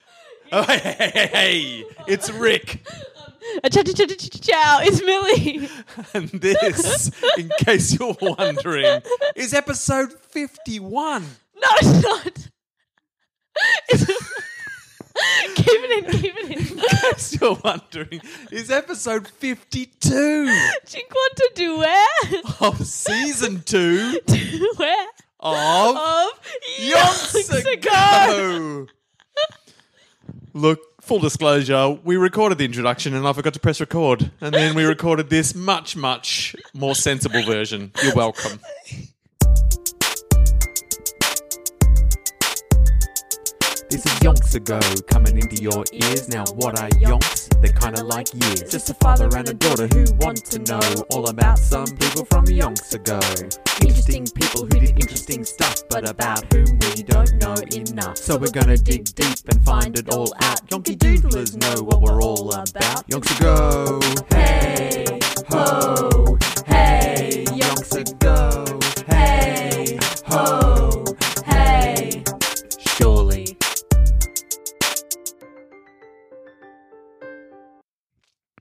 Oh, hey, hey, hey, hey, it's Rick. Ciao, ciao, ciao, ciao, it's Millie. And this, in case you're wondering, is episode 51. No, it's not. It's keep it in, keep it in. In case you're wondering, is episode 52 Cinquanta due, of season two due of of Yonks Yonks Ago. Ago. Look, full disclosure, we recorded the introduction and I forgot to press record. And then we recorded this much, much more sensible version. You're welcome. This is yonks ago, coming into your ears. Now, what are yonks? They're kinda like years. Just a father and a daughter who want to know all about some people from yonks ago. Interesting people who did interesting stuff, but about whom we don't know enough. So we're gonna dig deep and find it all out. Yonky doodlers know what we're all about. Yonks ago, hey ho, hey yonks ago, hey ho, hey. Surely.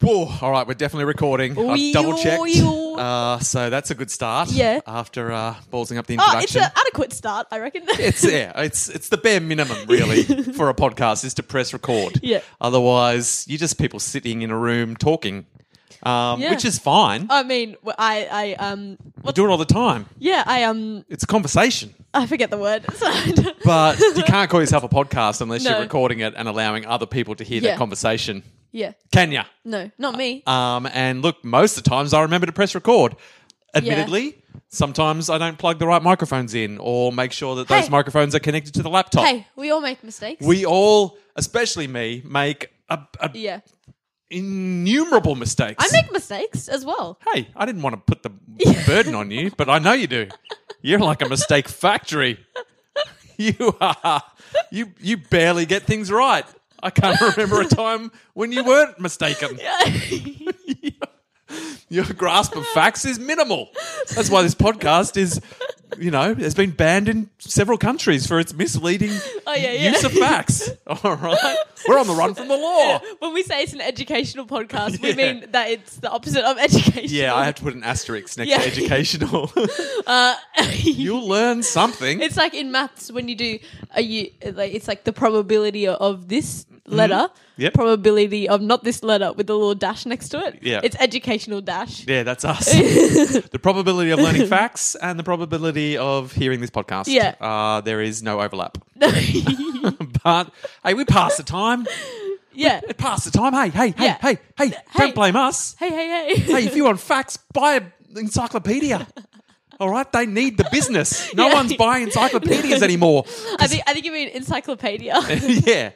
Whoa, all right, we're definitely recording. Wee- I've double checked. wee- Uh, so that's a good start. Yeah. After uh, ballsing up the Oh, it's introduction. an adequate start, I reckon. it's yeah, it's it's the bare minimum really for a podcast is to press record. Yeah. Otherwise, you're just people sitting in a room talking, um, Yeah. Oh, which is fine. I mean, wh- I, I, um, we what, do it all the time. yeah, I, um, It's a conversation, I forget the word. So I don't- but you can't call yourself a podcast unless No. you're recording it and allowing other people to hear Yeah. that conversation. yeah, Can ya? no, not me. Um, and look, most of the times I remember to press record. Admittedly, sometimes I don't plug the right microphones in or make sure that those Hey. microphones are connected to the laptop. hey, we all make mistakes. uh, We all, especially me, make a, a yeah, innumerable mistakes. I make mistakes as well. hey, I didn't want to put the burden on you, but I know you do. You're like a mistake factory. You are. You you barely get things right. I can't remember a time when you weren't mistaken. Your grasp of facts is minimal. That's why this podcast is, you know, has been banned in several countries for its misleading Oh, yeah, yeah. use of facts. All right, we're on the run from the law. When we say it's an educational podcast, we Yeah. mean that it's the opposite of education. Yeah, I have to put an asterisk next Yeah. to educational. You'll learn something. Uh, it's like in maths when you do a you like it's like the probability of this letter, Mm-hmm. Yep. probability of not this letter with the little dash next to it. Yeah. it's educational dash. yeah, that's us. the probability of learning facts and the probability of hearing this podcast. Yeah. Uh, there is no overlap. but hey, we passed the time. yeah. It passed the time. Hey, hey, hey, Yeah. hey, hey, hey. Don't blame us. Hey, hey, hey. Hey, if you want facts, buy an encyclopedia. All right, they need the business. No Yeah. one's buying encyclopedias anymore. I think I think you mean encyclopedia. yeah.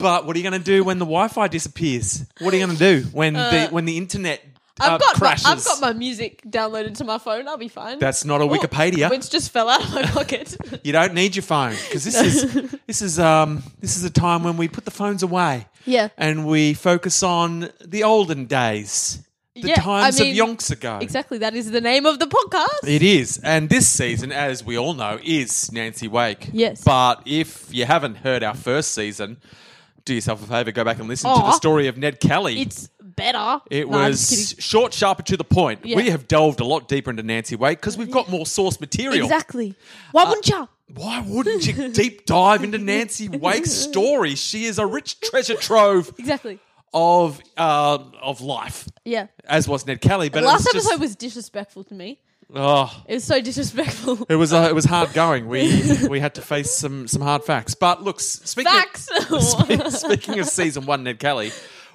But what are you going to do when the Wi-Fi disappears? What are you going to do when the when the internet uh, I've got crashes? My, I've got my music downloaded to my phone. I'll be fine. That's not a Oh, Wikipedia. Which just fell out of my pocket. you don't need your phone because this is this is um this is a time when we put the phones away yeah. and we focus on the olden days, the Yeah, I times mean, of yonks ago. Exactly. That is the name of the podcast. It is. And this season, as we all know, is Nancy Wake. Yes. But if you haven't heard our first season, do yourself a favour, go back and listen to Aw. the story of Ned Kelly. It's better. It No, I'm just was kidding. short, sharp, and to the point. Yeah. We have delved a lot deeper into Nancy Wake because we've got more source material. exactly. Why Uh, wouldn't you? Why wouldn't you deep dive into Nancy Wake's story? She is a rich treasure trove Exactly. of uh, of life, Yeah. as was Ned Kelly. But it Last was episode just, was disrespectful to me. oh, It was so disrespectful. it was uh, it was hard going. We we had to face some some hard facts. But look, s- speaking of- Facts. Oh. Spe- Speaking of season one, Ned Kelly,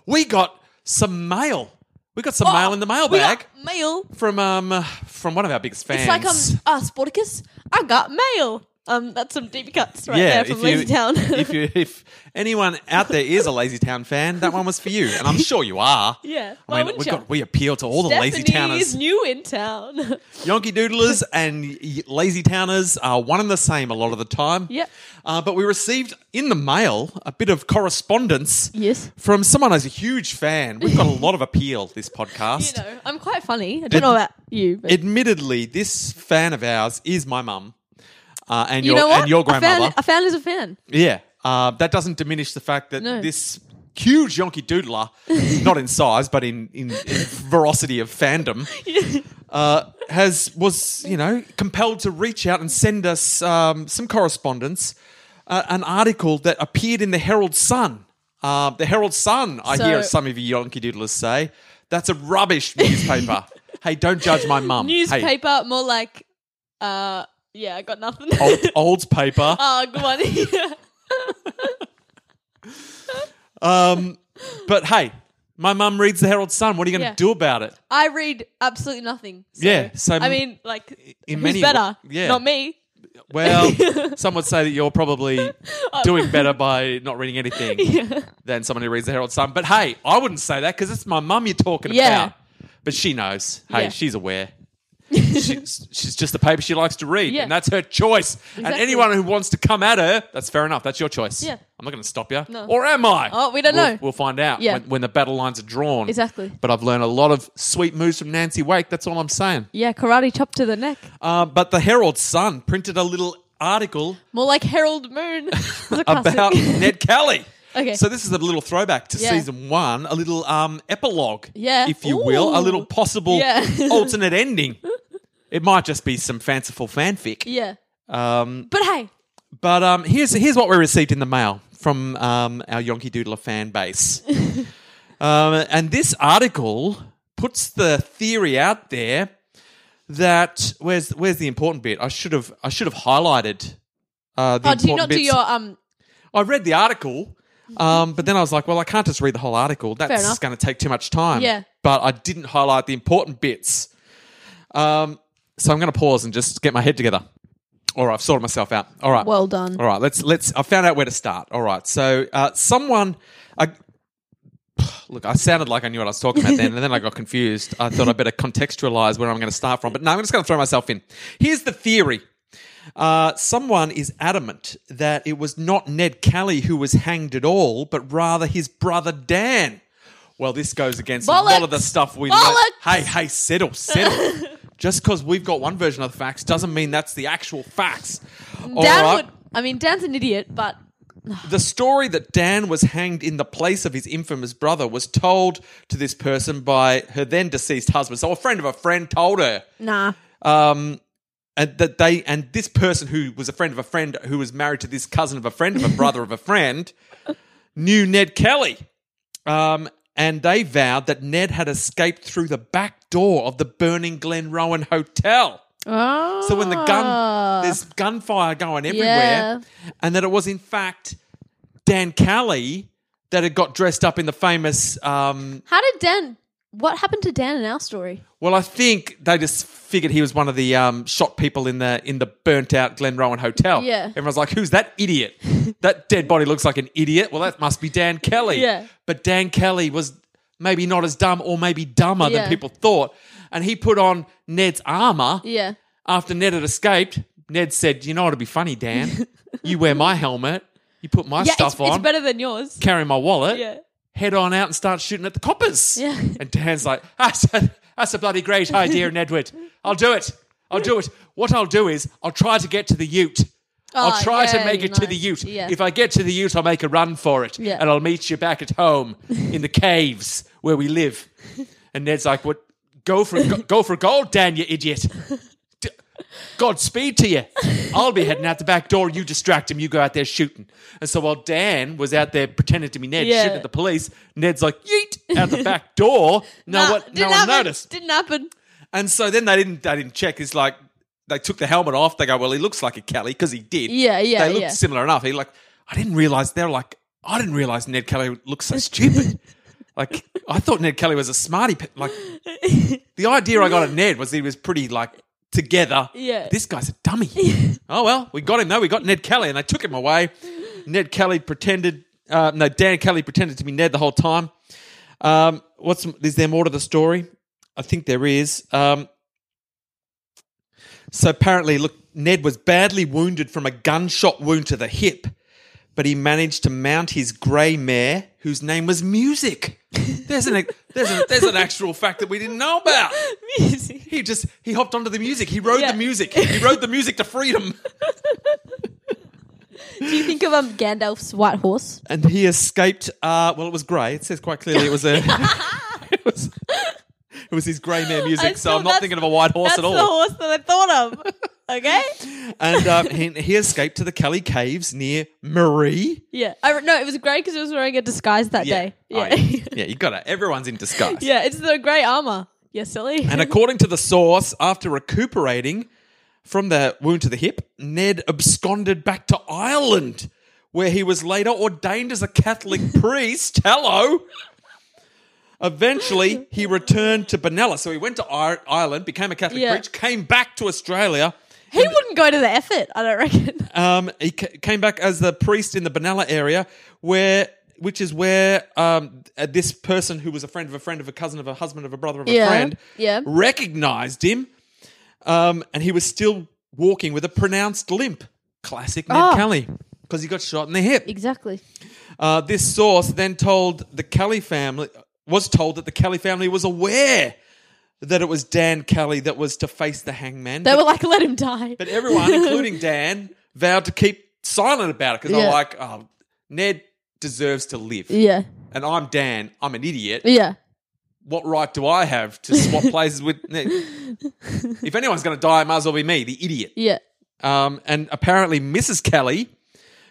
we got some mail. We got some mail in the Oh, We mailbag. got mail. from um uh, from one of our biggest fans. It's like um, ah, Sporticus. I got mail. Um, that's some deep cuts right there from you- Lazy Town. if you if anyone out there is a Lazy Town fan, that one was for you, and I'm sure you are. Yeah, I why mean, wouldn't we ya? got we appeal to all the Lazy Stephanie's Towners, new in town. Yonky Doodlers, and y- Lazy Towners are one and the same a lot of the time. Yep. Uh, but we received in the mail a bit of correspondence. Yes. From someone who's a huge fan. We've got a lot of appeal this podcast. you know, I'm quite funny. I don't Did- know about you, but Admittedly, this fan of ours is my mum. Uh, and you your know what? and your I found- grandmother. I found, as a fan. Yeah. Uh, that doesn't diminish the fact that No. this huge Yonky Doodler, not in size but in in, in veracity of fandom, uh, has was you know compelled to reach out and send us um, some correspondence, uh, an article that appeared in the Herald Sun. Uh, the Herald Sun, I So- hear some of you Yonky Doodlers say, that's a rubbish newspaper. hey, don't judge my mum. Um, Hey, Oh. Newspaper, more like, uh, yeah, I got nothing. old, old paper. oh, good one. Yeah. Um, but hey, my mum reads the Herald Sun. What are you going to Yeah. do about it? I read absolutely nothing. So, Yeah, so I mean, like, in who's many wa- better? yeah. Not me. Well, some would say that you're probably doing better by not reading anything than someone who reads the Herald Sun. But hey, I wouldn't say that because it's my mum you're talking Yeah. about. But she knows. Hey, Yeah. she's aware. she's, she's just the paper she likes to read, Yeah. and that's her choice. And Exactly. anyone who wants to come at her, that's fair enough. That's your choice. Yeah. I'm not going to stop you. No. Or am I? Oh, we don't We'll- know. We'll find out Yeah. when, when the battle lines are drawn. Exactly. But I've learned a lot of sweet moves from Nancy Wake. That's all I'm saying. Yeah, karate chop to the neck. Uh, but the Herald Sun printed a little article More like Harold Moon. It's a classic. about Ned Kelly. Okay. So this is a little throwback to Yeah. season one, a little um, epilogue, Yeah. if you will, a Ooh. little possible Yeah. alternate ending. It might just be some fanciful fanfic. yeah. Um, But hey, but um, here's here's what we received in the mail from um, our Yonky Doodler fan base, um, and this article puts the theory out there that where's where's the important bit? I should have I should have highlighted. Uh, the oh, do you important not do bits. your um? I read the article, um, but then I was like, well, I can't just read the whole article. That's enough. going to take too much time. Yeah. But I didn't highlight the important bits. Um, so I'm going to pause and just get my head together. All right, I've sorted myself out. All right. Well done. All right, let's let's. I found out where to start. All right, so uh, someone, I, look, I sounded like I knew what I was talking about then, and then I got confused. I thought I better contextualize where I'm going to start from, but no, I'm just going to throw myself in. Here's the theory: uh, someone is adamant that it was not Ned Kelly who was hanged at all, but rather his brother Dan. Well, this goes against a lot of the Bollocks. stuff we. learnt. Bollocks. Hey, hey, settle, settle. Just because we've got one version of the facts doesn't mean that's the actual facts. All Dan right? would. I mean, Dan's an idiot, but The story that Dan was hanged in the place of his infamous brother was told to this person by her then deceased husband. So a friend of a friend told her nah. um, and that they and this person who was a friend of a friend who was married to this cousin of a friend of a brother of a friend knew Ned Kelly. Um, and they vowed that Ned had escaped through the back door of the burning Glen Rowan Hotel. Oh. So when the gun, there's gunfire going everywhere, Ah. Yeah. and that it was in fact Dan Kelly that had got dressed up in the famous. Um, How did Dan? What happened to Dan in our story? well, I think they just figured he was one of the um, shot people in the in the burnt out Glen Rowan Hotel. Yeah. everyone's like, "Who's that idiot? that dead body looks like an idiot." Well, that must be Dan Kelly. Yeah. but Dan Kelly was maybe not as dumb, or maybe dumber Yeah. than people thought, and he put on Ned's armor. Yeah. After Ned had escaped, Ned said, "You know what'd be funny, Dan? you wear my helmet, you put my yeah, stuff it's, on, it's better than yours. carry my wallet, Yeah. head on out and start shooting at the coppers." Yeah. And Dan's like, "That's a, that's a bloody great idea, Nedward. I'll do it. I'll do it. What I'll do is I'll try to get to the Ute." I'll Ah, try to yay, make it to the nice. Ute. Yeah. If I get to the Ute, I'll make a run for it. Yeah. And I'll meet you back at home in the caves where we live. And Ned's like, "What? Go for go, go for gold, Dan, you idiot! D- Godspeed to you. I'll be heading out the back door. You distract him. You go out there shooting." And so while Dan was out there pretending to be Ned, Yeah. shooting at the police, Ned's like, "Yeet!" out the back door. No, Nah, what? No didn't one happen. noticed. Didn't happen. And so then they didn't they didn't check. It's like they took the helmet off. They go, well, he looks like a Kelly because he did. Yeah, yeah, They looked yeah. similar enough. He like, I didn't realize they're like, I didn't realize Ned Kelly looks so stupid. like I thought Ned Kelly was a smarty. pe- Like the idea I got of Ned was he was pretty like together. Yeah. This guy's a dummy. oh well, we got him though. We got Ned Kelly, and they took him away. Ned Kelly pretended. Uh, no, Dan Kelly pretended to be Ned the whole time. Um, what's is there more to the story? I think there is. Um, so apparently, look, Ned was badly wounded from a gunshot wound to the hip, but he managed to mount his grey mare, whose name was Music. There's an there's an, there's an actual fact that we didn't know about. Music. He just he hopped onto the music. He rode Yeah. the music. He rode the music to freedom. Do you think of um, Gandalf's white horse? and he escaped. Uh, well, it was grey. It says quite clearly it was a. it was. It was his grey mare music, so still- I'm not that's- thinking of a white horse That's at the all. horse that I thought of. Okay. And uh, he, he escaped to the Kelly Caves near Marie. Yeah. I, no, it was great because he was wearing a disguise that day. Yeah, Yeah. oh, yeah. Yeah, you got it. Everyone's in disguise. yeah. It's the grey armor. Yeah, silly. And according to the source, after recuperating from the wound to the hip, Ned absconded back to Ireland, where he was later ordained as a Catholic priest. Hello. Eventually, he returned to Benalla. So he went to Ir- Ireland, became a Catholic Yeah. priest, came back to Australia. he wouldn't go to the effort. I don't reckon. Um, he ca- came back as the priest in the Benalla area, where which is where um, uh, this person who was a friend of a friend of a cousin of a husband of a brother of a Yeah, friend yeah. recognized him, um, and he was still walking with a pronounced limp. Classic Ned Oh. Kelly. Because he got shot in the hip. Exactly. Uh, this source then told the Kelly family was told that the Kelly family was aware that it was Dan Kelly that was to face the hangman. They but were like, let him die. but everyone, including Dan, vowed to keep silent about it because Yeah. I'm like, oh, Ned deserves to live. yeah. And I'm Dan. I'm an idiot. Yeah. What right do I have to swap places with Ned? if anyone's going to die, it might as well be me, the idiot. Yeah. Um, and apparently, Mrs. Kelly,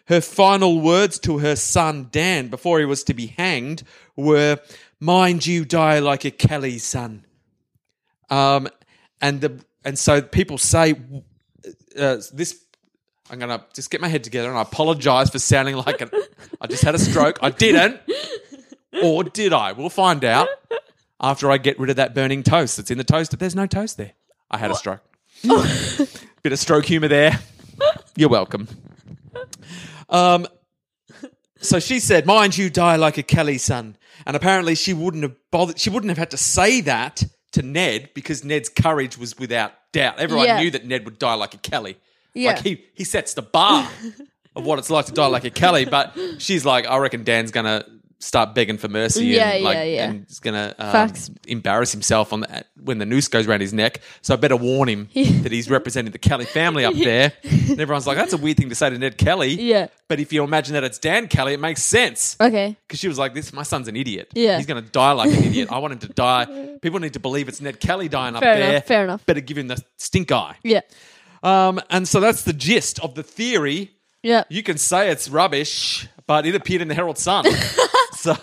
her final words to her son Dan before he was to be hanged were, "Mind you, die like a Kelly son." Um, and the and so people say uh, this. I'm gonna just get my head together and I apologize for sounding like an. I just had a stroke. I didn't, or did I? We'll find out after I get rid of that burning toast that's in the toaster. There's no toast there. I had a stroke. Bit of stroke humor there. You're welcome. Um, so she said, "Mind you, die like a Kelly son." And apparently, she wouldn't have bothered. She wouldn't have had to say that to Ned because Ned's courage was without doubt. Everyone Yeah. knew that Ned would die like a Kelly. Yeah. Like he he sets the bar of what it's like to die like a Kelly. But she's like, I reckon Dan's gonna start begging for mercy. Yeah, and, like, yeah, yeah. And he's gonna um, Facts. embarrass himself on the, when the noose goes around his neck. So I better warn him that he's representing the Kelly family up there. And everyone's like, that's a weird thing to say to Ned Kelly. Yeah. But if you imagine that it's Dan Kelly, it makes sense. Okay. Because she was like, "This, my son's an idiot. Yeah. he's going to die like an idiot. I want him to die. People need to believe it's Ned Kelly dying up Fair there. enough, fair enough. Better give him the stink eye." Yeah. Um, and so that's the gist of the theory. Yeah. You can say it's rubbish, but it appeared in the Herald Sun. so,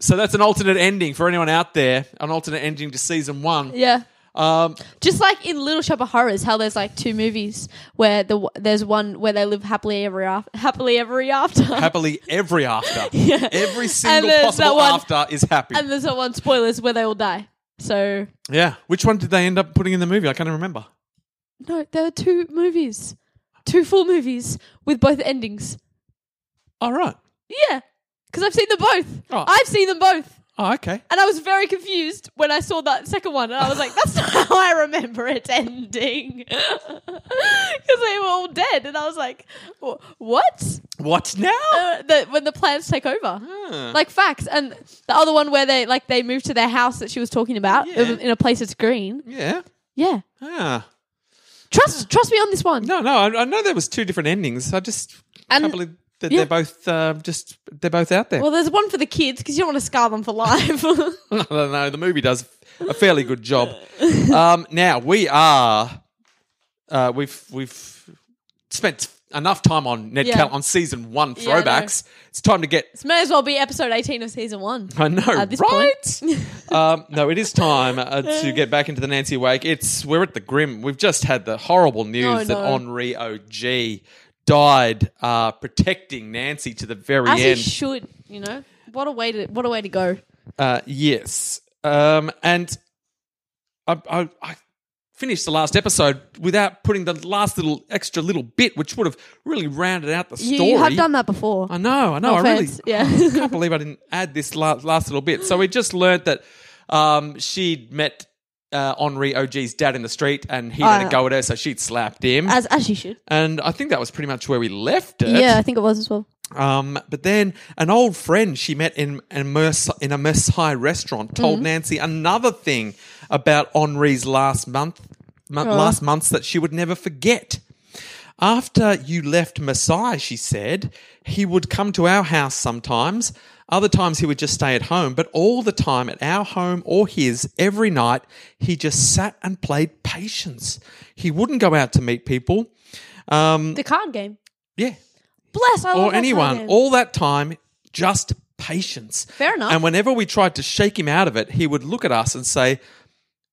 so that's an alternate ending for anyone out there. An alternate ending to season one. yeah. Um, Just like in Little Shop of Horrors, how there's like two movies where the there's one where they live happily ever after, happily ever after, happily every after. Every single there's that possible one- after is happy. and there's that one spoilers where they all die. So yeah. Which one did they end up putting in the movie? I can't even remember. no, there are two movies, two full movies with both endings. All right. Yeah, because I've seen them both. Oh. I've seen them both, Oh, okay. and I was very confused when I saw that second one, and I was like, "That's not how I remember it ending," because they were all dead, and I was like, "Wha- "What?" What now? Uh, the, when the plants take over. Oh. Huh. like facts. And the other one where they like they moved to their house that she was talking about Yeah. it was in a place that's green. yeah. Yeah, Ah. trust trust me on this one. No, no, I, I know there was two different endings. I just And- can't believe that yeah. they're both uh, just they're both out there. Well, there's one for the kids because you don't want to scar them for life. I don't know. The movie does a fairly good job. um, now we are uh, we've we've spent enough time on Ned Yeah. Kelly on season one Yeah, I know. throwbacks. It's time to get. this may as well be episode 18 of season one. I know, At this right? point, um, no, it is time uh, to get back into the Nancy Wake. It's we're at the grim. We've just had the horrible news Oh, that no. Henri OG died uh, protecting Nancy to the very as he end. should, you know. What a way to what a way to go. Uh, yes. Um, and I, I, I finished the last episode without putting the last little extra little bit, which would have really rounded out the You, story. you have done Oh, that before. I know. I know. No I really offense, yeah. I can't believe I didn't add this last, last little bit. So we just learnt that um, she'd met. Uh, Henri OG's dad in the street, and he had Oh. a go at her, so she'd slapped him. As as she should. and I think that was pretty much where we left it. uh, Yeah, I think it was as well. Um, but then an old friend she met in, in, a, Merse- in a Maasai restaurant told Nancy another thing about Henri's last month, mon- last months that she would never forget. After you left Messiah, she said, he would come to our house sometimes. Other times he would just stay at home, but all the time at our home or his, every night, he just sat and played patience. He wouldn't go out to meet people. Um, The card game. yeah. Bless. I love that Or card anyone. game. All that time, just patience. Fair enough. And whenever we tried to shake him out of it, he would look at us and say,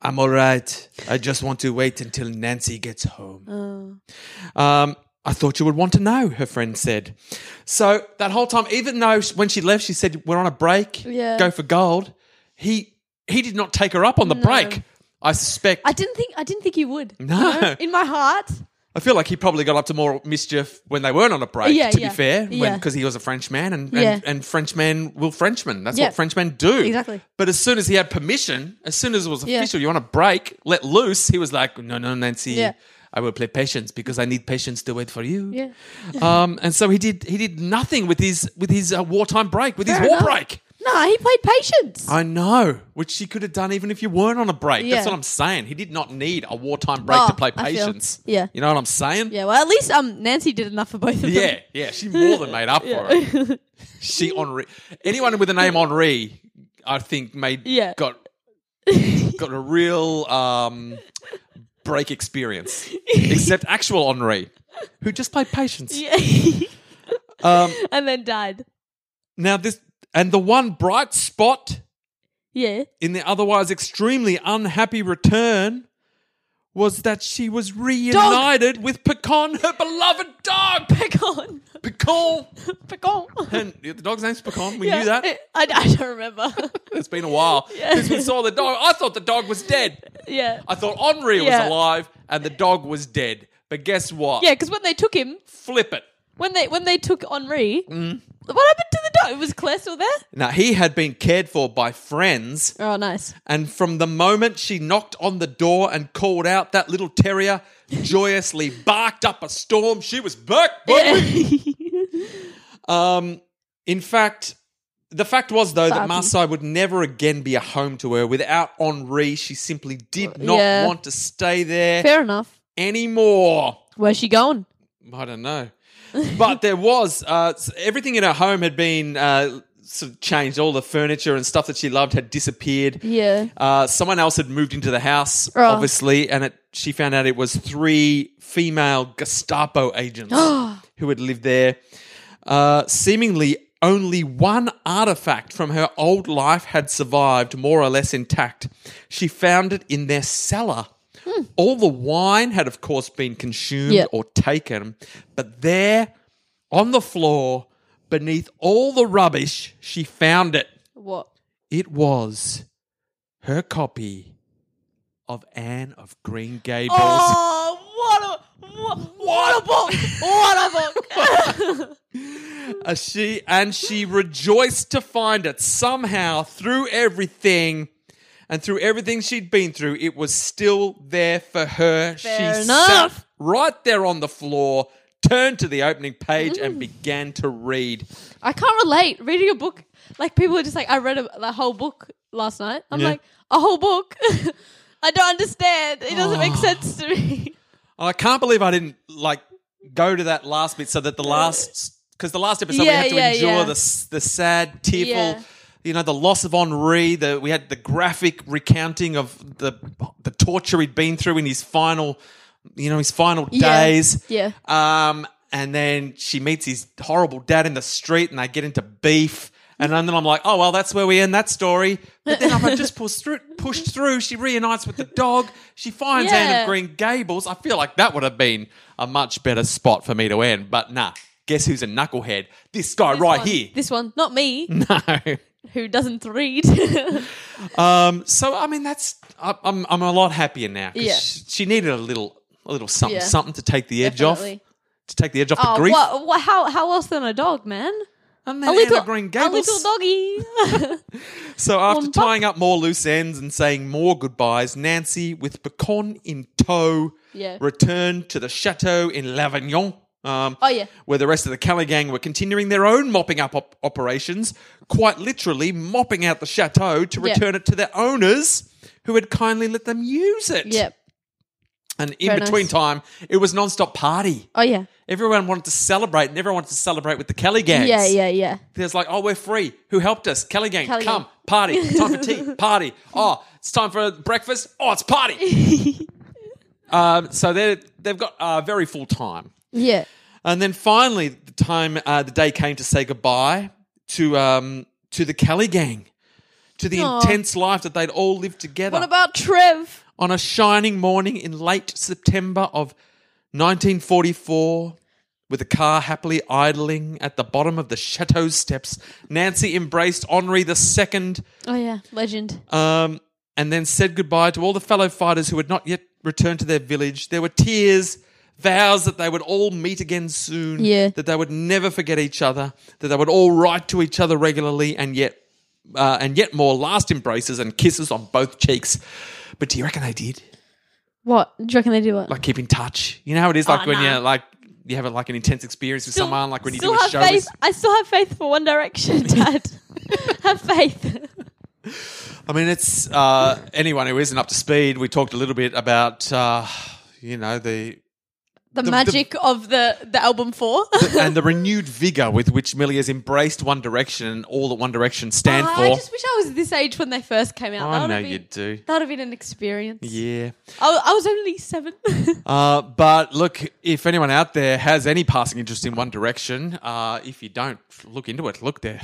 I'm all right. I just want to wait until Nancy gets home. Oh. Um, I thought you would want to know, her friend said. So that whole time, even though sh- when she left, she said, We're on a break, Yeah. go for gold, he, he did not take her up on the break. I suspect. I didn't think. I didn't think you would. No. You know, in my heart. I feel like he probably got up to more mischief when they weren't on a break, Yeah, to yeah. be fair, Yeah. because he was a Frenchman and, Yeah. and, and Frenchmen will Frenchmen. That's Yeah. what Frenchmen do. Exactly. But as soon as he had permission, as soon as it was Yeah. official, you want a break, let loose, he was like, no, no, Nancy, Yeah. I will play patience because I need patience to wait for you. Yeah. Um, and so he did. He did nothing with his with his uh, wartime break, with Fair his war enough. break. No, he played patience. I know, which she could have done even if you weren't on a break. Yeah. That's what I'm saying. He did not need a wartime break Oh, to play I feel- patience. yeah. you know what I'm saying. yeah. Well, at least um, Nancy did enough for both of them. Yeah, yeah, she more than made up for it. She Henri. Anyone with the name Henri, I think, made Yeah. got got a real um, break experience. Except actual Henri, who just played patience. Yeah. Um, and then died. now this and the one bright spot Yeah. in the otherwise extremely unhappy return was that she was reunited with Pecan, her beloved dog. Pecan. Pecan. Pecan. And the dog's name's Pecan. We Yeah. knew that. I, I don't remember. It's been a while Yeah. since we saw the dog. I thought the dog was dead. yeah. I thought Henri Yeah. was alive and the dog was dead. But guess what? Yeah, because when they took him, Flip it. when they when they took Henri, Mm. what happened to the dog? Was Claire still there? Now, he had been cared for by friends, Oh, nice. and from the moment she knocked on the door and called out, that little terrier joyously barked up a storm. She was back, baby. Um, in fact, the fact was though that Barbie. Marseille would never again be a home to her. Without Henri, she simply did not Yeah. want to stay there Fair enough. anymore. Where's she going? I don't know, but there was uh, s- everything in her home had been uh, sort of changed. All the furniture and stuff that she loved had disappeared. Yeah. Uh, someone else had moved into the house, Oh. obviously, and it, she found out it was three female Gestapo agents who had lived there. Uh, seemingly, only one artifact from her old life had survived, more or less intact. She found it in their cellar. All the wine had, of course, been consumed Yep. or taken, but there on the floor, beneath all the rubbish, she found it. What? It was her copy of Anne of Green Gables. Oh, what a what, what a book! What a book! Uh, she and she rejoiced to find it somehow through everything and through everything she'd been through, it was still there for her. Fair she enough. sat right there on the floor, turned to the opening page, Mm. and began to read. I can't relate. Reading a book, like people are just like, I read a, the whole book last night. I'm Yeah. like, a whole book. I don't understand. It doesn't Oh. make sense to me. I can't believe I didn't like go to that last bit so that the last because the last episode Uh, Yeah, we had to yeah, endure yeah. the s- the sad, tearful, Yeah. you know, the loss of Henri. The we had the graphic recounting of the the torture he'd been through in his final, you know, his final Yeah, days. yeah. Um, and then she meets his horrible dad in the street, and they get into beef. And then I'm like, oh well, that's where we end that story. But then I've just pushed through, pushed through. She reunites with the dog. She finds Anne Yeah. of Green in Gables, I feel like that would have been a much better spot for me to end. But nah, guess who's a knucklehead? This guy This Uh, right one. here. Mm. This one, not me, who doesn't read. No. um, so I mean, that's I, I'm I'm a lot happier now. 'cause Yeah. She, she needed a little a little something Yeah. something to take the edge Definitely. off. To take the edge off oh, the grief. what, what, how, how else than a dog, man? And A then little, Anne of Green a Gables. little doggy. So after Wombat. tying up more loose ends and saying more goodbyes, Nancy, with Bacon in tow, Yeah. returned to the chateau in Lavagnon. Um, Oh, yeah. where the rest of the Callie gang were continuing their own mopping up op- operations, quite literally mopping out the chateau to Yeah. return it to their owners, who had kindly let them use it. yep. And in Very between nice. time, it was non-stop party. Oh yeah. Everyone wanted to celebrate, and everyone wanted to celebrate with the Kelly gangs. Yeah, yeah, yeah. There's like, oh, we're free. Who helped us? Kelly gang, Kelly come, gang. party. Time for tea, party. Oh, it's time for breakfast. Oh, it's party. um, so they they've got uh, very full time, Yeah. and then finally the time uh, the day came to say goodbye to um, to the Kelly gang, to the Aw. intense life that they'd all lived together What about Trev? on a shining morning in late September of 1944, with the car happily idling at the bottom of the chateau steps, Nancy embraced Henri II Oh yeah, legend. um, and then said goodbye to all the fellow fighters who had not yet returned to their village. There were tears, vows that they would all meet again soon, Yeah. that they would never forget each other, that they would all write to each other regularly, and yet, uh, and yet more last embraces and kisses on both cheeks. But do you reckon they did? What do you reckon they do? What? like keep in touch. You know how it is like Oh, when no. you like you have like an intense experience with someone, like when you do still a have show. faith. I still have faith for One Direction, Dad. have faith. I mean, it's uh, anyone who isn't up to speed. We talked a little bit about uh, you know the The, the- magic of the the album four. and the renewed vigor with which Millie has embraced One Direction and all that One Direction stand Oh, for. I just wish I was this age when they first came out. Oh, I That would know have been- you do. That would have been an experience. Yeah. I, wa- I was only seven. Uh, but look, if anyone out there has any passing interest in One Direction, uh, if you don't look into it, look they're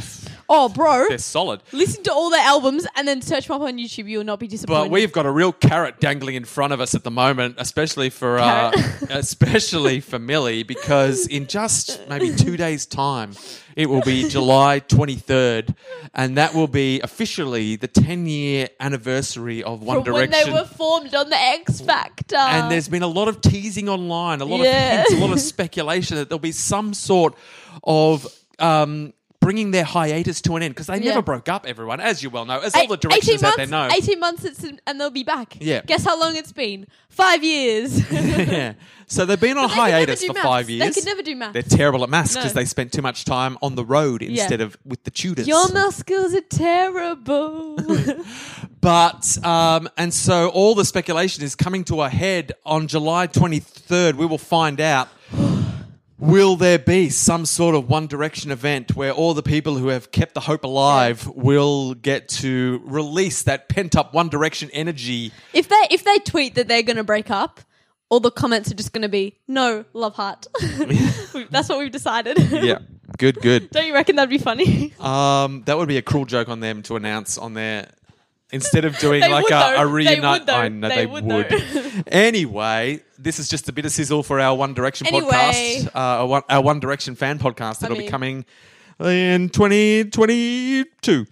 oh, bro. they're solid. Listen to all their albums and then search them up on YouTube. You will not be disappointed. But we've got a real carrot dangling in front of us at the moment, especially for uh, especially for Millie, because in just maybe two days' time, it will be July twenty third, and that will be officially the ten year anniversary of One From when Direction. they were formed on the X Factor. and there's been a lot of teasing online, a lot Yeah. of hints, a lot of speculation that there'll be some sort of. Um, Bringing their hiatus to an end because they Yeah. never broke up. Everyone, as you well know, as Eight- all the directions out months, there know, 18 months it's in- and they'll be back. Yeah. Guess how long it's been? Five years. yeah. So they've been on They could never hiatus do for maths. five years. They could never do math. They're terrible at maths because No. they spent too much time on the road instead of with the tutors. Your muscles are terrible. But um, and so all the speculation is coming to a head on July 23rd. We will find out. Will there be some sort of One Direction event where all the people who have kept the hope alive will get to release that pent up One Direction energy? if they if they tweet that they're going to break up, all the comments are just going to be no love heart. We- That's what we've decided. good, good. Don't you reckon that'd be funny? Um, that would be a cruel joke on them to announce on their instead of doing They like would, a, a though. They reunite. would, though. I know they, They would, would. though. anyway, this is just a bit of sizzle for our One Direction Anyway. podcast, uh, our, One, our One Direction fan podcast that'll be mean- coming in twenty twenty two,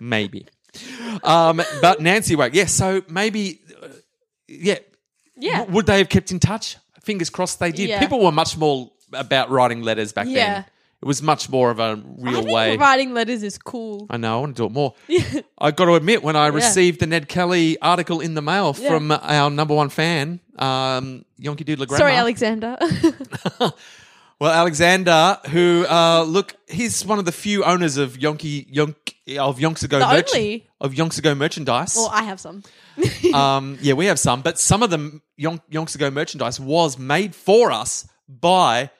maybe. Um, but Nancy Wake, yeah. So maybe, uh, yeah. yeah. W- Would they have kept in touch? Fingers crossed they did. Yeah. People were much more about writing letters back Yeah. then. It was much more of a I real think way. writing letters is cool. I know. I want to do it more. I got to admit, when I received the Ned Kelly article in the mail Yeah. from uh, our number one fan, um, Yonky Doodler Grandma. Sorry, Alexander. Well, Alexander, who uh, look, he's one of the few owners of Yonky Yonk of Yonks-A-Go The merch- only? of Yonks-A-Go merchandise. well, I have some. um, yeah, we have some, but some of the Yonk, Yonks-A-Go merchandise was made for us by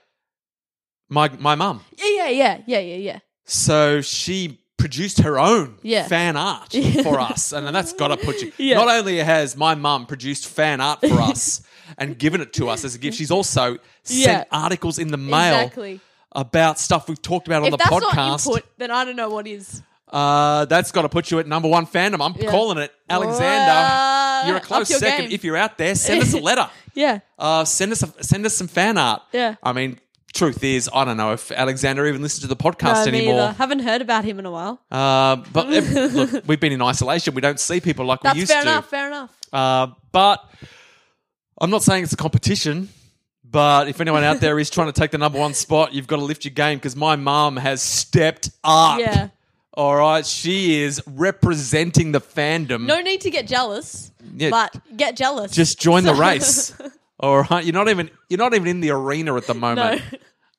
my my mum. Yeah, yeah, yeah, yeah, yeah, yeah. So she produced her own Yeah. fan art for us. And that's got to put you. Yeah. Not only has my mum produced fan art for us and given it to us as a gift, she's also Yeah. sent articles in the mail Exactly. about stuff we've talked about on If the that's not podcast. input, then I don't know what is. uh, that's got to put you at number one fandom. I'm Yeah. calling it. Alexander, Well, you're a close up your second. game. If you're out there, send us a letter. Yeah. Uh, send us a, send us some fan art. Yeah. I mean, truth is, I don't know if Alexander even listens to the podcast No, me anymore. either. Haven't heard about him in a while. Uh, but if- look, we've been in isolation. We don't see people like we That's used fair to. enough. Fair enough. Uh, but I'm not saying it's a competition. But if anyone out there is trying to take the number one spot, you've got to lift your game because my mum has stepped up. Yeah. All right. She is representing the fandom. No need to get jealous, Yeah. but get jealous. Just join the race. All right. You're not even you're not even in the arena at the no. moment.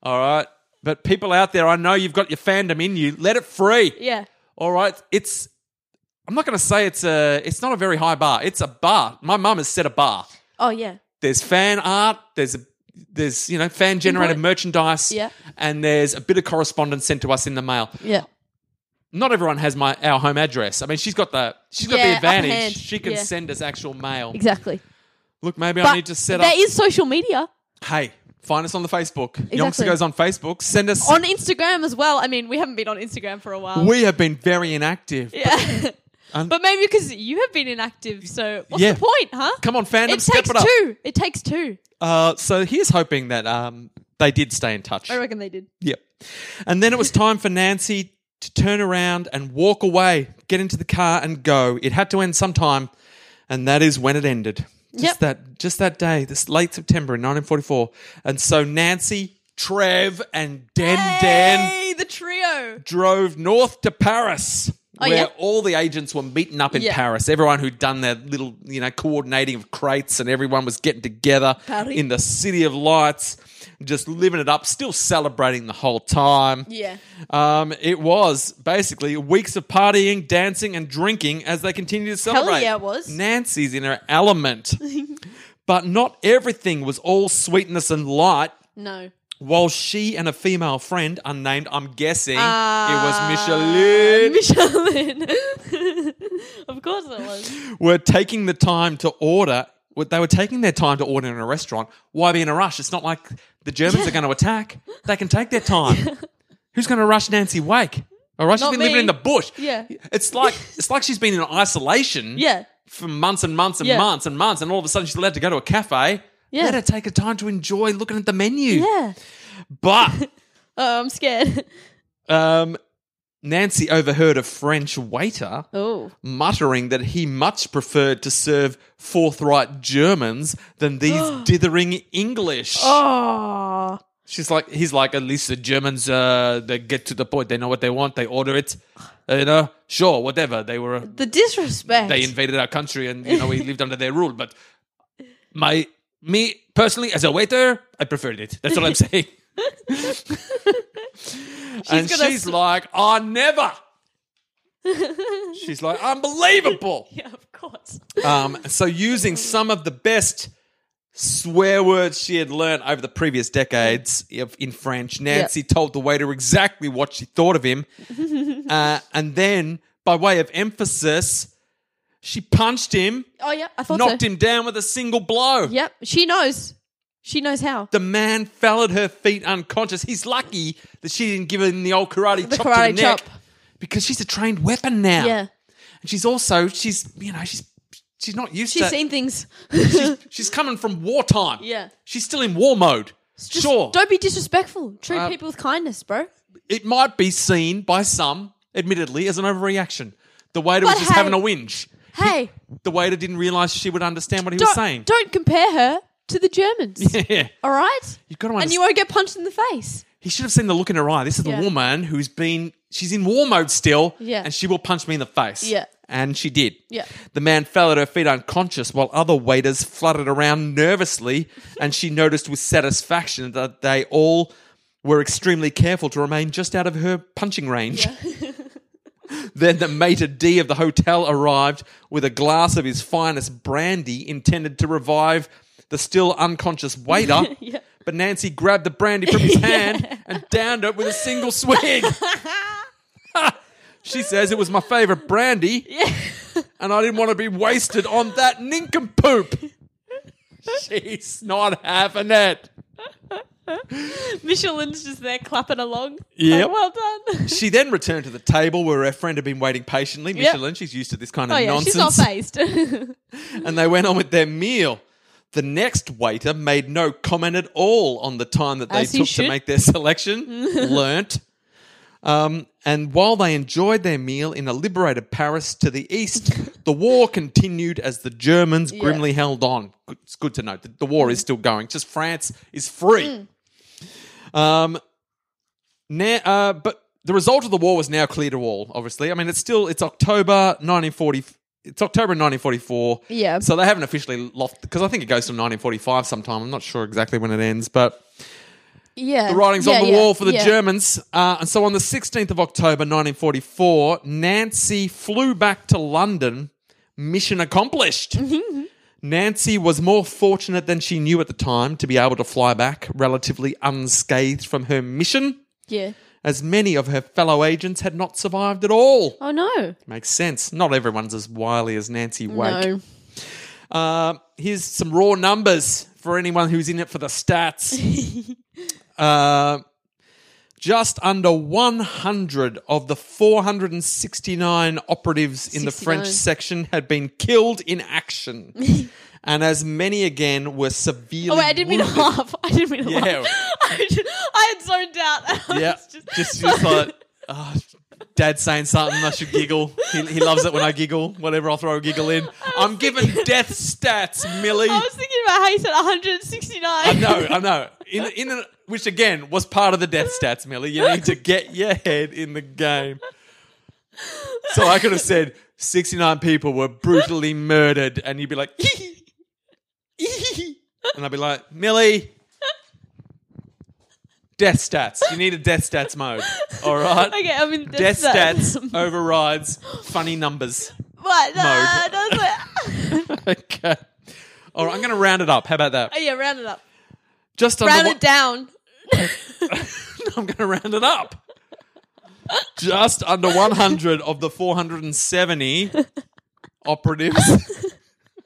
All right. But people out there, I know you've got your fandom in you. Let it free. yeah. All right, it's. I'm not going to say it's a. It's not a very high bar. It's a bar. My mum has set a bar. Oh yeah. There's fan art. There's a there's you know fan generated Important- merchandise. Yeah. And there's a bit of correspondence sent to us in the mail. Yeah. Not everyone has my our home address. I mean, she's got the she's got Yeah, the upper advantage. hand. She can Yeah. send us actual mail. Exactly. Look, maybe I But need to set up. there is social media hey, find us on the Facebook. Exactly. Exactly. goes on Facebook. Send us. on Instagram as well. I mean, we haven't been on Instagram for a while. we have been very inactive. yeah. Un- but maybe because you have been inactive, so what's Yeah. the point, huh? Come on, fandom, it step takes it up. two. It takes two. Uh, so here's hoping that um, they did stay in touch. I reckon they did. Yep. And then it was time for Nancy to turn around and walk away, get into the car and go. It had to end sometime, and that is when it ended. Just Yep. that just that day, this late September in 1944. And so Nancy, Trev, and Den Dan Hey, the trio. drove north to Paris. Oh, where yeah? all the agents were meeting up in Yeah. Paris. Everyone who'd done their little, you know, coordinating of crates and everyone was getting together Paris. in the City of Lights, just living it up, still celebrating the whole time. Yeah. Um, it was basically weeks of partying, dancing, and drinking as they continued to celebrate. yeah, it was. Nancy's in her element. but not everything was all sweetness and light. No. While she and a female friend, unnamed, I'm guessing Uh, it was Micheline, Michelin. of course it was. were taking the time to order. what- They were taking their time to order in a restaurant. Why be in a rush? It's not like the Germans are going to attack. They can take their time. Who's going to rush Nancy Wake? All right, she's Not been living me. in the bush. Yeah. It's like it's like she's been in isolation Yeah. for months and months and Yeah. months and months, and all of a sudden she's allowed to go to a cafe. Yeah. Let her take her time to enjoy looking at the menu. Yeah. But Oh, I'm scared. um, Nancy overheard a French waiter Oh. muttering that he much preferred to serve forthright Germans than these dithering English. Oh. She's like, he's like, at least the Germans, uh, they get to the point. They know what they want. They order it. You know, sure, whatever. They were The disrespect. they invaded our country and you know we lived under their rule but my me personally as a waiter i preferred it that's what i'm saying and gonna she's s- like i never she's like unbelievable yeah, of course. um, so using some of the best swear words she had learned over the previous decades of, in French, Nancy told the waiter exactly what she thought of him, uh, and then, by way of emphasis, she punched him, Oh, yeah. I thought knocked so. him down with a single blow. Yep. She knows. She knows how. The man fell at her feet unconscious. He's lucky that she didn't give him the old karate The chop to karate the neck chop. because she's a trained weapon now. Yeah. And she's also she's you know she's she's not used She's to seen things. she's, she's coming from wartime. Yeah. She's still in war mode. Just sure. Don't be disrespectful. Treat Um, people with kindness, bro. It might be seen by some, admittedly, as an overreaction. The waiter was But just hey- having a whinge. Hey, The waiter didn't realise she would understand what he was saying. don't, don't compare her to the Germans. Yeah. All right? You've got to And understand. you won't get punched in the face. he should have seen the look in her eye. This is Yeah. the woman who's been, she's in war mode still, Yeah. and she will punch me in the face. Yeah. And she did. Yeah. The man fell at her feet unconscious while other waiters fluttered around nervously, and she noticed with satisfaction that they all were extremely careful to remain just out of her punching range. then the maitre d' of the hotel arrived with a glass of his finest brandy intended to revive the still unconscious waiter. Yeah. But Nancy grabbed the brandy from his hand and downed it with a single swig. she says it was my favorite brandy and I didn't want to be wasted on that nincompoop. She's not having it. Michelin's just there clapping along. Yep. Like, well done. She then returned to the table where her friend had been waiting patiently. Yep. Michelin, she's used to this kind Oh of yeah, nonsense. she's not phased. and they went on with their meal. The next waiter made no comment at all on the time that they As he took to should. make their selection, learnt. Um, and while they enjoyed their meal in a liberated Paris to the east, the war continued as the Germans grimly held on. Good- It's good to note that the war is still going, just France is free. Mm. Um, na- uh, but the result of the war was now clear to all, obviously. I mean, it's still, it's October 1940. It's October 1944. Yeah. So they haven't officially lost because I think it goes to 1945 sometime. I'm not sure exactly when it ends, but yeah. the writing's Yeah, on the yeah, wall for the yeah. Germans. Uh, and so on the 16th of October Mm-hmm, 1944, Nancy flew back to London, mission accomplished. Nancy was more fortunate than she knew at the time to be able to fly back relatively unscathed from her mission, Yeah. as many of her fellow agents had not survived at all. Oh no. Makes sense. Not everyone's as wily as Nancy Wake. No. Uh, here's some raw numbers for anyone who's in it for the stats. uh, just under 100 of the 469 operatives in the 69. French section had been killed in action. and as many again were severely Oh wait, I didn't mean wounded. half. I didn't mean Yeah. half. I, just, I had zoned out. I Yeah, was just, just, like, oh, Dad's saying something, I should giggle. He, he loves it when I giggle. Whatever, I'll throw a giggle in. I'm giving death stats, Millie. I was thinking about how you said 169. I know, I know. In in a, which again was part of the death stats, Millie. You need to get your head in the game. So I could have said sixty nine people were brutally murdered, and you'd be like, and I'd be like, Millie, death stats. You need a death stats mode. All right. Okay, I mean Uh, Death that's that. stats overrides funny numbers. What? Uh, No, mode. that's it. Okay. All right, I'm going to round it up. How about that? Oh, yeah, round it up. Just under Round one- it down. I'm going to round it up. Just under 100 of the 470 operatives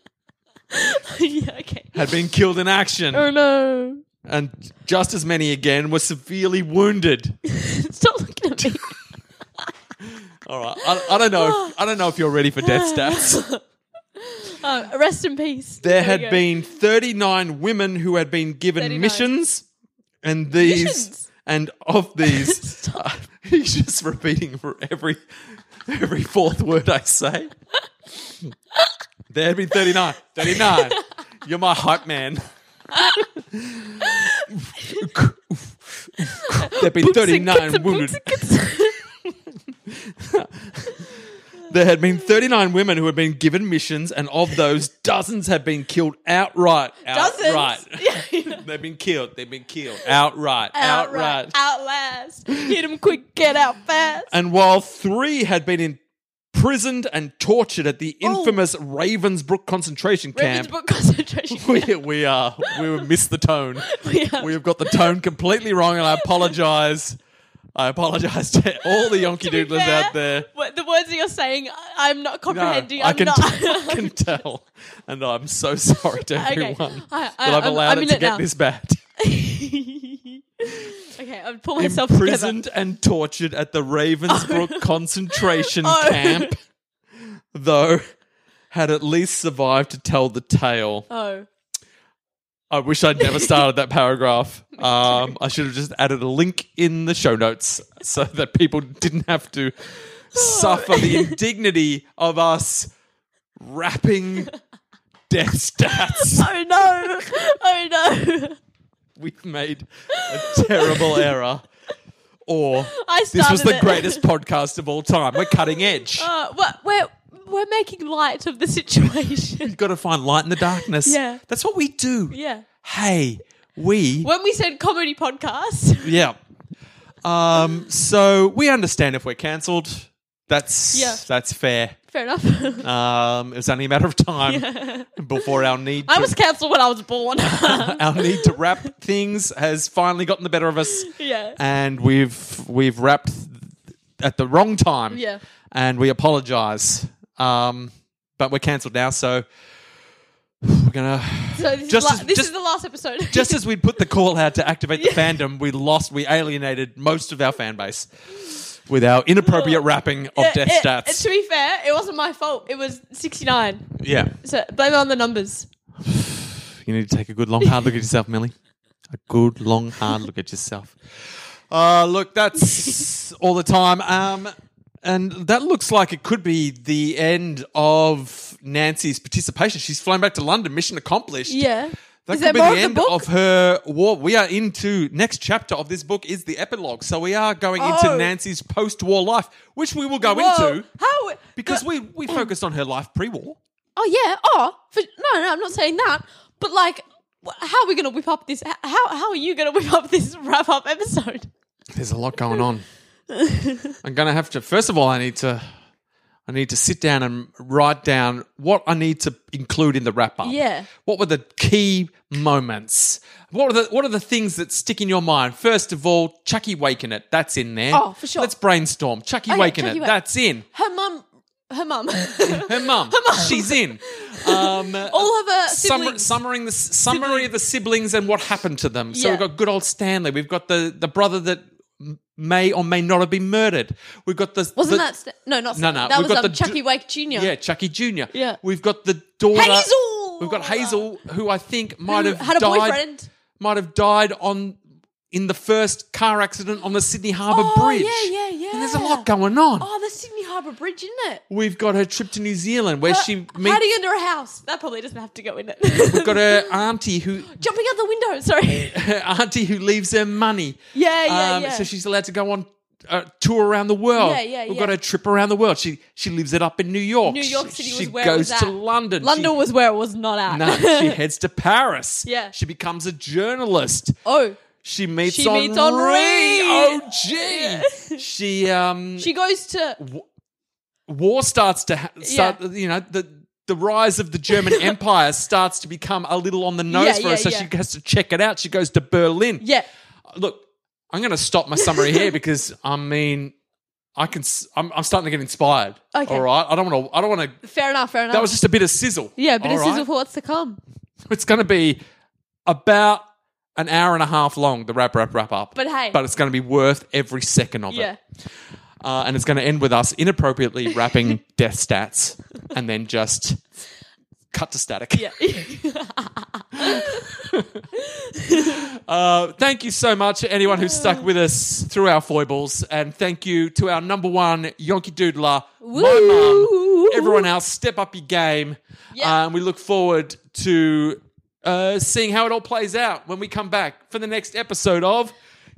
yeah, okay. had been killed in action, Oh no. and just as many again were severely wounded. Stop looking at me. All right, I, I don't know. If, I don't know if you're ready for death stats. Oh, rest in peace. There we had go. been 39 women who had been given 39. missions, and these Missions? and of these, Stop. uh, he's just repeating for every every fourth word I say. There'd be 39. 39. You're my hype man. There'd been Books and 39 kids and books wounded. and kids. There had been 39 women who had been given missions, and of those, dozens had been killed outright. Dozens. Outright. Yeah. They've been killed. They've been killed. Outright. Outright. Outright. Outlast. Hit him quick, get out fast. And while three had been imprisoned and tortured at the Oh. infamous Ravensbrook concentration Ravens camp, book concentration. we, we are we have missed the tone. We are- We have got the tone completely wrong, and I apologize. I apologize to all the Yonky To be Doodlers fair, out there. what- the words that you're saying, I- I'm not No, comprehending. I I'm can not. t- I can tell, and I'm so sorry to Okay. everyone I- I- that I've I'm- allowed I'm it in to it get now. this bad. okay, I'll pull myself Imprisoned and tortured at the Ravensbrook concentration Oh. camp, though, had at least survived to tell the tale. together. Oh. I wish I'd never started that paragraph. Um, I should have just added a link in the show notes so that people didn't have to suffer the indignity of us rapping death stats. Oh no! Oh no! We've made a terrible error. Or I started this was the it. greatest podcast of all time. We're cutting edge. Uh, we're, we're, we're making light of the situation. You've got to find light in the darkness. Yeah. That's what we do. yeah. Hey, we When we said comedy podcast, Yeah. Um, so we understand if we're cancelled. That's Yeah. that's fair. fair enough. Um, Um, it was only a matter of time before our need I to, was cancelled when I was born. our need to wrap things has finally gotten the better of us, yeah. and we've we've wrapped th- at the wrong time. Yeah. and we apologise. Um, but we're cancelled now, so we're gonna. So this, Just is, la- as- this just- is the last episode. Just as we'd put the call out to activate the Yeah. fandom, we lost, we alienated most of our fan base with our inappropriate rapping of Oh. Yeah, death it- it- stats. To be fair, it wasn't my fault. It was 69. yeah. So blame it on the numbers. You need to take a good long hard look at yourself, Millie. A good long hard look at yourself. Uh, look, that's all the time. Um, and that looks like it could be the end of Nancy's participation. She's flown back to London, mission accomplished. Yeah. That Is could there be more the of the end book? of her war. We are into next chapter of this book is the epilogue. So we are going into Oh. Nancy's post-war life, which we will go Whoa. into How? because we we focused on her life pre-war. Oh yeah. Oh for, no, no, I'm not saying that. But like, wh- how are we gonna whip up this? h- How how are you gonna whip up this wrap up episode? There's a lot going on. I'm going to have to. First of all, I need to. I I need to sit down and write down what I need to include in the wrap up. Yeah. What were the key moments? What are the what are the things that stick in your mind? First of all, Chucky Waken It, that's in there. Oh, for sure. Let's brainstorm. Chucky Oh, yeah, Waken Chucky It, Wake- that's in. Her mum. Her mum. Her mum, she's in. Um, All of her Summar- siblings. summaring the summary of the siblings and what happened to them. So Yeah. we've got good old Stanley. We've got the the brother that m- may or may not have been murdered. We've got the the- Wasn't that st- no, not No, no, no, That we've was got um, the Chucky dr- Wake Junior. yeah Chucky Jr. Yeah. we've got the daughter Hazel! We've got Hazel, who I think might Who have had a died, boyfriend. might have died on in the first car accident on the Sydney Harbour Oh, Bridge. yeah, yeah, yeah. And there's a lot going on. Oh, the Sydney Harbour Bridge, isn't it? We've got her trip to New Zealand where she Her- meets. hiding under a house. That probably doesn't have to go in it. We've got her auntie who jumping out the window. Sorry. her auntie who leaves her money. Yeah, yeah, yeah. Um, So she's allowed to go on a tour around the world. Yeah, yeah, We've yeah. got her trip around the world. She she lives it up in New York. New York She- City she was where goes it was to at. London. London She- was where it was not at. no, she heads to Paris. Yeah. She becomes a journalist. oh, She meets She Henri. meets Henri. Oh, gee. She um. she goes to war starts to ha- start. You know the. The rise of the German Empire starts to become a little on the nose Yeah, for yeah, her, so yeah. she has to check it out. She goes to Berlin. yeah. look, I'm going to stop my summary here because I mean, I can. s- I'm, I'm starting to get inspired. Okay. All right. I don't want to. I don't want to. Fair enough. Fair enough. That was just a bit of sizzle. yeah, but all it's right? sizzle for what's to come. It's going to be about an hour and a half long. The wrap, wrap, wrap up. But hey. but it's going to be worth every second of Yeah. it. Uh, and it's going to end with us inappropriately wrapping death stats, and then just cut to static. Yeah. Uh, thank you so much to anyone who stuck with us through our foibles, and thank you to our number one Yonky Doodler, my mum, Woo! everyone else. Step up your game, Uh, Yeah. and we look forward to uh, seeing how it all plays out when we come back for the next episode of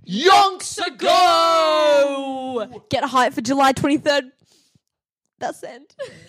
Yonks Ago. Get hype for July 23rd. That's the end.